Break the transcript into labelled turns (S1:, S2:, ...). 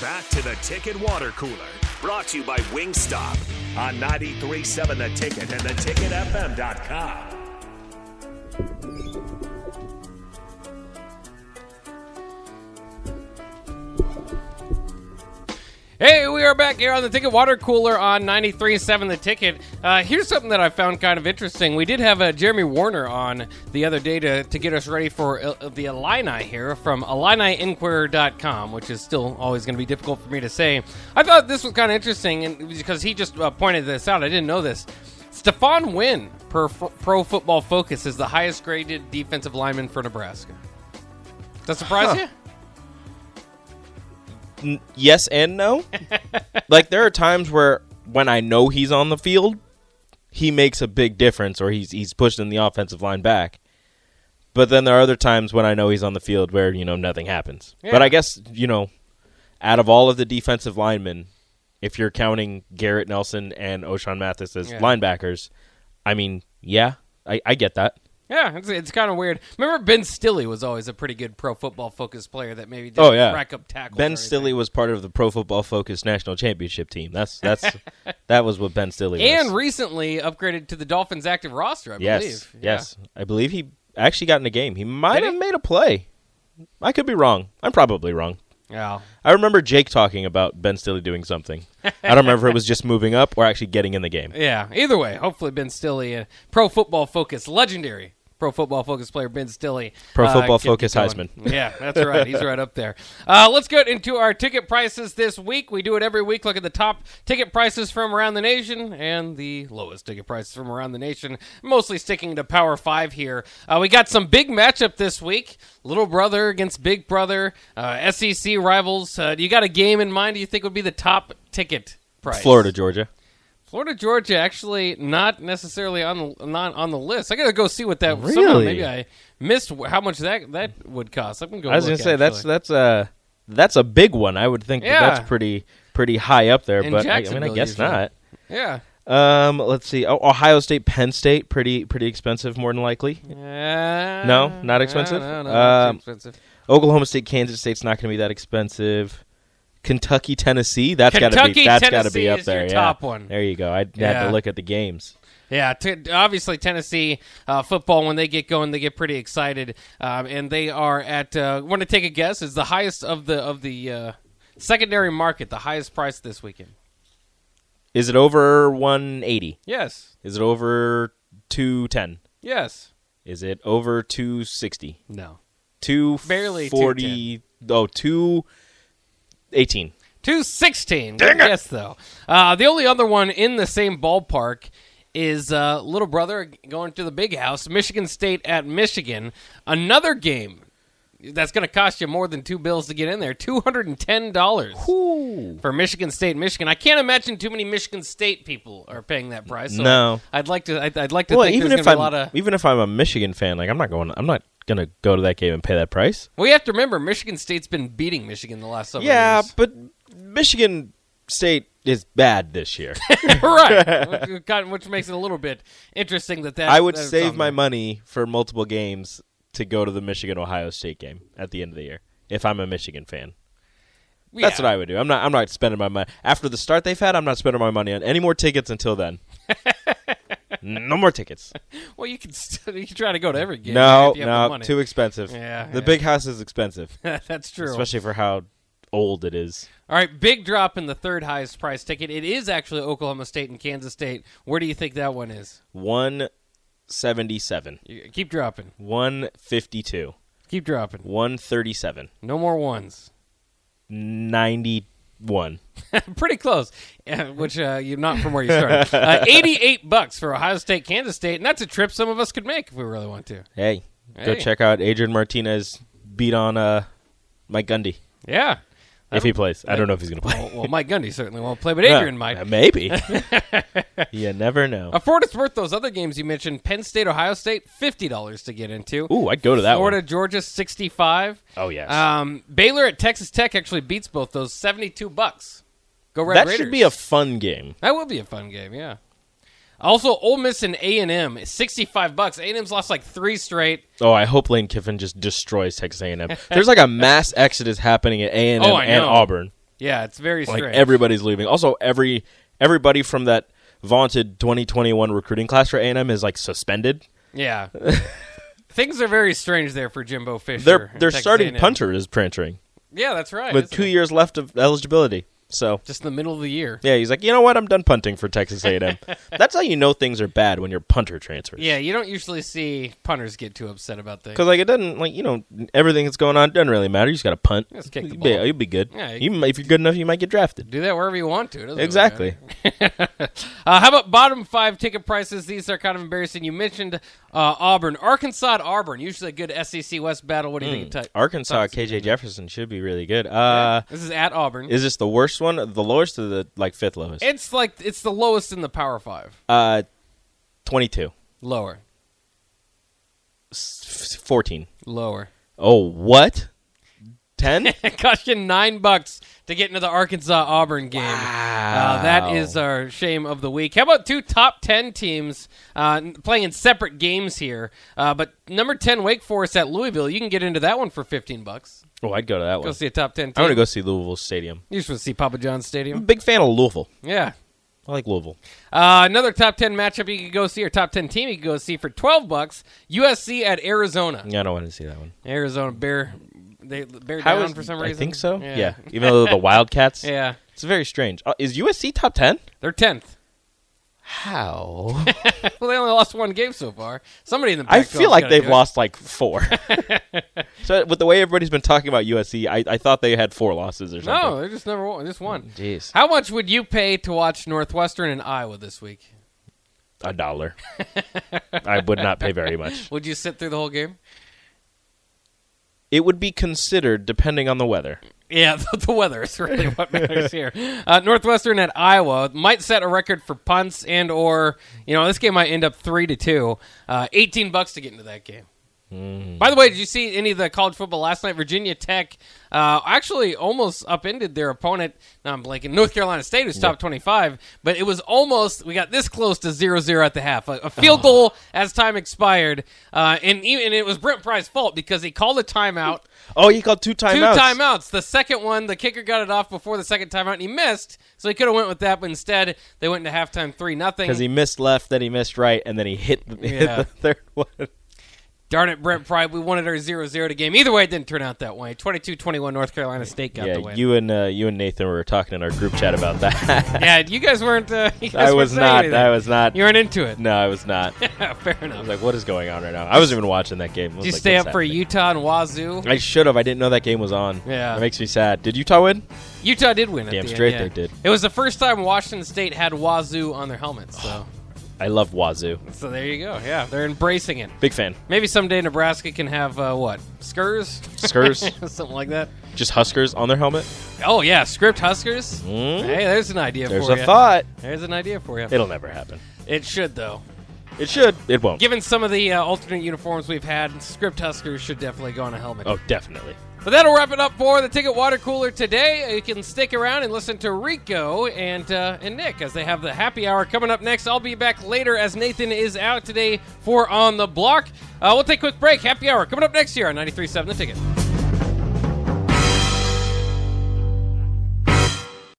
S1: Back to the Ticket Water Cooler, brought to you by Wingstop on 93.7 The Ticket and theticketfm.com.
S2: Hey, we are back here on the Ticket Water Cooler on 93.7 The Ticket. Uh, here's something that I found kind of interesting. We did have uh, Jeremy Warner on the other day to, to get us ready for uh, the Illini here from IlliniEnquirer.com, which is still always going to be difficult for me to say. I thought this was kind of interesting and because he just uh, pointed this out. I didn't know this. Stefan Wynn, per F- Pro Football Focus, is the highest graded defensive lineman for Nebraska. Does that surprise you?
S3: yes and no. like there are times where when I know he's on the field, he makes a big difference or he's he's pushing the offensive line back. But then there are other times when I know he's on the field where, you know, nothing happens.
S2: Yeah.
S3: But I guess, you know, out of all of the defensive linemen, if you're counting Garrett Nelson and O'Shawn Mathis as
S2: Yeah.
S3: linebackers, I mean, yeah, I, I get that.
S2: Yeah, it's, it's kind of weird. Remember, Ben Stilley was always a pretty good pro football focused player that maybe didn't
S3: Oh, yeah.
S2: rack up tackles. or
S3: Ben
S2: anything.
S3: Stilley was part of the Pro Football Focus National Championship team. That's that's that was what Ben Stilley was.
S2: and recently upgraded to the Dolphins' active roster. I
S3: Yes,
S2: believe.
S3: yes. I believe he actually got in a game. He might
S2: Did
S3: have
S2: he?
S3: made a play. I could be wrong. I'm probably wrong.
S2: Yeah.
S3: I remember Jake talking about Ben Stilley doing something. I don't remember if it was just moving up or actually getting in the game.
S2: Yeah. Either way, hopefully Ben Stilley, a pro football focused, legendary pro football focused player Ben Stilley.
S3: Pro Football
S2: can keep
S3: Focus
S2: going.
S3: Heisman.
S2: Yeah, that's right. He's right up there. Uh, let's get into our ticket prices this week. We do it every week. Look at the top ticket prices from around the nation and the lowest ticket prices from around the nation. Mostly sticking to Power Five here. Uh, we got some big matchup this week. Little brother against big brother. Uh, SEC rivals. Uh, you got a game in mind? You think would be the top ticket price?
S3: Florida, Georgia.
S2: Florida Georgia actually not necessarily on the not on the list. I gotta go see what that somehow
S3: Really?
S2: maybe I missed wh- how much that that would cost. I'm gonna go.
S3: I was
S2: look,
S3: going to say that's
S2: actually.
S3: that's a that's a big one. I would think that
S2: Yeah.
S3: that's pretty pretty high up there,
S2: In
S3: but I, I mean I
S2: Jacksonville
S3: guess
S2: usually.
S3: not.
S2: yeah.
S3: Um, let's see. Oh, Ohio State, Penn State, pretty pretty expensive more than likely.
S2: Uh,
S3: No? Not expensive?
S2: No, no, not
S3: Um,
S2: too expensive.
S3: Oklahoma State, Kansas State's not going to be that expensive. Kentucky, Tennessee, that's got to
S2: Kentucky,
S3: be that's got to
S2: Tennessee
S3: be up
S2: is
S3: there.
S2: your
S3: yeah.
S2: top one.
S3: There you go. I had
S2: Yeah.
S3: to look at the games.
S2: Yeah, t- obviously Tennessee uh, football when they get going, they get pretty excited, um, and they are at. Uh, Want to take a guess? Is the highest of the of the uh, secondary market the highest price this weekend?
S3: Is it over 180?
S2: Yes,
S3: Is it over 210?
S2: yes,
S3: Is it over 260?
S2: no,
S3: 240
S2: Barely
S3: 210. Oh, 218.
S2: 216. Dang Yes, though. Uh, the only other one in the same ballpark is uh, Little Brother going to the big house, Michigan State at Michigan. Another game that's going to cost you more than two bills to get in there $210 for Michigan State, Michigan. I can't imagine too many Michigan State people are paying that price. So
S3: No.
S2: I'd like to, I'd, I'd like to
S3: Well,
S2: think
S3: even
S2: there's
S3: if
S2: going
S3: I'm
S2: to
S3: e-
S2: be a lot of.
S3: even if I'm a Michigan fan, like I'm not going I'm not going to go to that game and pay that price.
S2: We have to remember Michigan State's been beating Michigan the last several
S3: Yeah,
S2: years.
S3: but Michigan State is bad this year.
S2: right, which, kind of- which makes it a little bit interesting that that
S3: I would
S2: that it's
S3: save
S2: on
S3: my
S2: there.
S3: money for multiple games to go to the Michigan Ohio State game at the end of the year if I'm a Michigan fan. That's
S2: Yeah.
S3: what I would do. I'm not. I'm not spending my money after the start they've had. I'm not spending my money on any more tickets until then. no more tickets.
S2: Well, you can still, you can try to go to every game.
S3: no,
S2: if you have the
S3: no,
S2: money.
S3: too expensive.
S2: Yeah,
S3: the
S2: yeah.
S3: big house is expensive,
S2: That's true.
S3: especially for how old it is.
S2: All right, big drop in the third highest price ticket. It is actually Oklahoma State and Kansas State. Where do you think that one is?
S3: One seventy-seven,
S2: You, keep dropping.
S3: one fifty-two,
S2: Keep dropping.
S3: one thirty-seven,
S2: No more ones.
S3: ninety-one.
S2: Pretty close, uh, which uh, you're not from where you started. Uh, 88 bucks for Ohio State, Kansas State, and that's a trip some of us could make if we really want to.
S3: Hey, go
S2: Hey.
S3: check out Adrian Martinez beat on uh, Mike Gundy
S2: Yeah.
S3: if he plays. I don't know if he's gonna play.
S2: Well, well, Mike Gundy certainly won't play, but Oh. Adrian
S3: Uh,
S2: might.
S3: uh, maybe. you never know.
S2: Uh, for what it's worth, those other games you mentioned, Penn State, Ohio State, fifty dollars to get into.
S3: Ooh, I'd go to that
S2: Florida,
S3: one.
S2: Georgia, sixty-five.
S3: Oh, yes.
S2: Um, Baylor at Texas Tech actually beats both those, seventy-two bucks. Go Red
S3: That
S2: Raiders.
S3: should be a fun game.
S2: that would be a fun game. Yeah. Also, Ole Miss and A and M, sixty-five bucks. A and M's lost like three straight.
S3: Oh, I hope Lane Kiffin just destroys Texas A&M. There's like a mass exodus happening at A&M
S2: Oh, I
S3: and
S2: know.
S3: Auburn.
S2: Yeah, it's very
S3: Like
S2: strange.
S3: everybody's leaving. Also, every everybody from that vaunted 2021 recruiting class for A&M is like suspended.
S2: yeah. Things are very strange there for Jimbo Fisher.
S3: Their
S2: and
S3: their
S2: Texas
S3: starting
S2: A&M.
S3: punter is printering
S2: Yeah, that's right.
S3: with
S2: isn't
S3: two
S2: it?
S3: years left of eligibility. So
S2: just in the middle of the year.
S3: yeah, he's like, you know what? I'm done punting for Texas A&M. That's how you know things are bad when your punter transfers.
S2: Yeah, you don't usually see punters get too upset about things.
S3: Because like it doesn't like you know everything that's going on doesn't really matter. You just got to punt.
S2: Just kick the
S3: you'll,
S2: ball.
S3: Be, you'll be good.
S2: Yeah,
S3: you, might- if you're good enough, you might get drafted.
S2: Do that wherever you want to. It doesn't really matter.
S3: Exactly.
S2: Uh, how about bottom five ticket prices? These are kind of embarrassing. You mentioned uh, Auburn, Arkansas, at Auburn. Usually a good SEC West battle. What do you think? Of t-
S3: Arkansas KJ Jefferson should be really good. Hmm. Uh,
S2: this is at Auburn.
S3: is this the worst one, the lowest, or the like fifth lowest?
S2: it's like it's the lowest in the Power Five.
S3: Uh, 22,
S2: Lower,
S3: S- 14.
S2: lower.
S3: Oh, what? 10?
S2: It cost you nine bucks to get into the Arkansas Auburn game. Uh, that is our shame of the week. How about two top ten teams uh, n- playing in separate games here? Uh, but number ten Wake Forest at Louisville. You can get into that one for fifteen bucks.
S3: oh, I'd go to that
S2: Go
S3: one.
S2: see a top ten. Team.
S3: I want to go see Louisville Stadium.
S2: You just want to see Papa John's Stadium.
S3: I'm a big fan of Louisville.
S2: Yeah.
S3: I like Louisville.
S2: Uh, another top ten matchup you could go see, or top ten team you could go see for twelve bucks. USC at Arizona.
S3: Yeah, I don't want to see that one.
S2: Arizona bear, they bear
S3: How
S2: down
S3: is-
S2: for some
S3: I
S2: reason.
S3: think so. Yeah.
S2: yeah,
S3: Even though they're the Wildcats.
S2: Yeah.
S3: It's very strange. Uh, is USC top 10?
S2: They're tenth.
S3: How?
S2: Well, they only lost one game so far. Somebody in the
S3: I
S2: Pac-12 's
S3: feel like
S2: gotta
S3: they've
S2: do it.
S3: lost like four. so with the way everybody's been talking about USC, I, I thought they had four losses or something. Mm-hmm.
S2: No, they're just never one. Just one.
S3: Jeez.
S2: How much would you pay to watch Northwestern and Iowa this week?
S3: A dollar. I would not pay very much.
S2: Would you sit through the whole game?
S3: It would be considered depending on the weather.
S2: Yeah, the, the weather is really what matters here. Uh, Northwestern at Iowa might set a record for punts and or you know this game might end up three to two. Uh, Eighteen bucks to get into that game. By the way, did you see any of the college football last night? Virginia Tech uh, actually almost upended their opponent. Now I'm blanking. North Carolina State who's top 25, but it was almost we got this close to 0-0 at the half. A, a field goal as time expired, uh, and even and it was Brent Pry's fault because he called a timeout
S3: Oh, he called two
S2: two
S3: timeouts.
S2: timeouts. The second one, the kicker got it off before the second timeout, and he missed. So he could have went with that, but instead they went into halftime three
S3: Because he
S2: nothing.
S3: missed left, then he missed right, and then he hit the, hit
S2: Yeah.
S3: the third one.
S2: Darn it, Brent Pry. We wanted our 0-0 to game. Either way, it didn't turn out that way. 22-21, North Carolina State got the
S3: yeah,
S2: win.
S3: you and uh, you and Nathan were talking in our group chat about that.
S2: yeah, you guys weren't. Uh, you guys
S3: I
S2: weren't
S3: was
S2: saying
S3: not.
S2: anything.
S3: I was not.
S2: You weren't into it.
S3: No, I was not. I
S2: Fair enough.
S3: was like, what is going on right now? I wasn't even watching that game. I was
S2: Did you
S3: like,
S2: stay
S3: what's
S2: up for
S3: happening?
S2: Utah and Wazoo?
S3: I should have. I didn't know that game was on.
S2: Yeah.
S3: It makes me sad. Did Utah win?
S2: Utah did win. at
S3: Damn
S2: the end,
S3: straight
S2: yeah.
S3: they did.
S2: It was the first time Washington State had Wazoo on their helmets. So,
S3: I love Wazoo.
S2: so there you go. Yeah, they're embracing it.
S3: Big fan.
S2: Maybe someday Nebraska can have uh, what Skurs,
S3: Skurs,
S2: something like that.
S3: just Huskers on their helmet.
S2: Oh yeah, script Huskers.
S3: Mm.
S2: Hey, there's an idea
S3: There's
S2: for
S3: a
S2: you.
S3: thought.
S2: There's an idea for you.
S3: It'll never happen.
S2: It should though.
S3: It should. It won't.
S2: Given some of the uh, alternate uniforms we've had, script Huskers should definitely go on a helmet.
S3: oh, definitely.
S2: But that'll wrap it up for the Ticket Water Cooler today. Uh, You can stick around and listen to Rico and uh, and Nick as they have the happy hour coming up next. I'll be back later as Nathan is out today for On the Block. Uh, we'll take a quick break. Happy hour coming up next year on 93.7 The Ticket.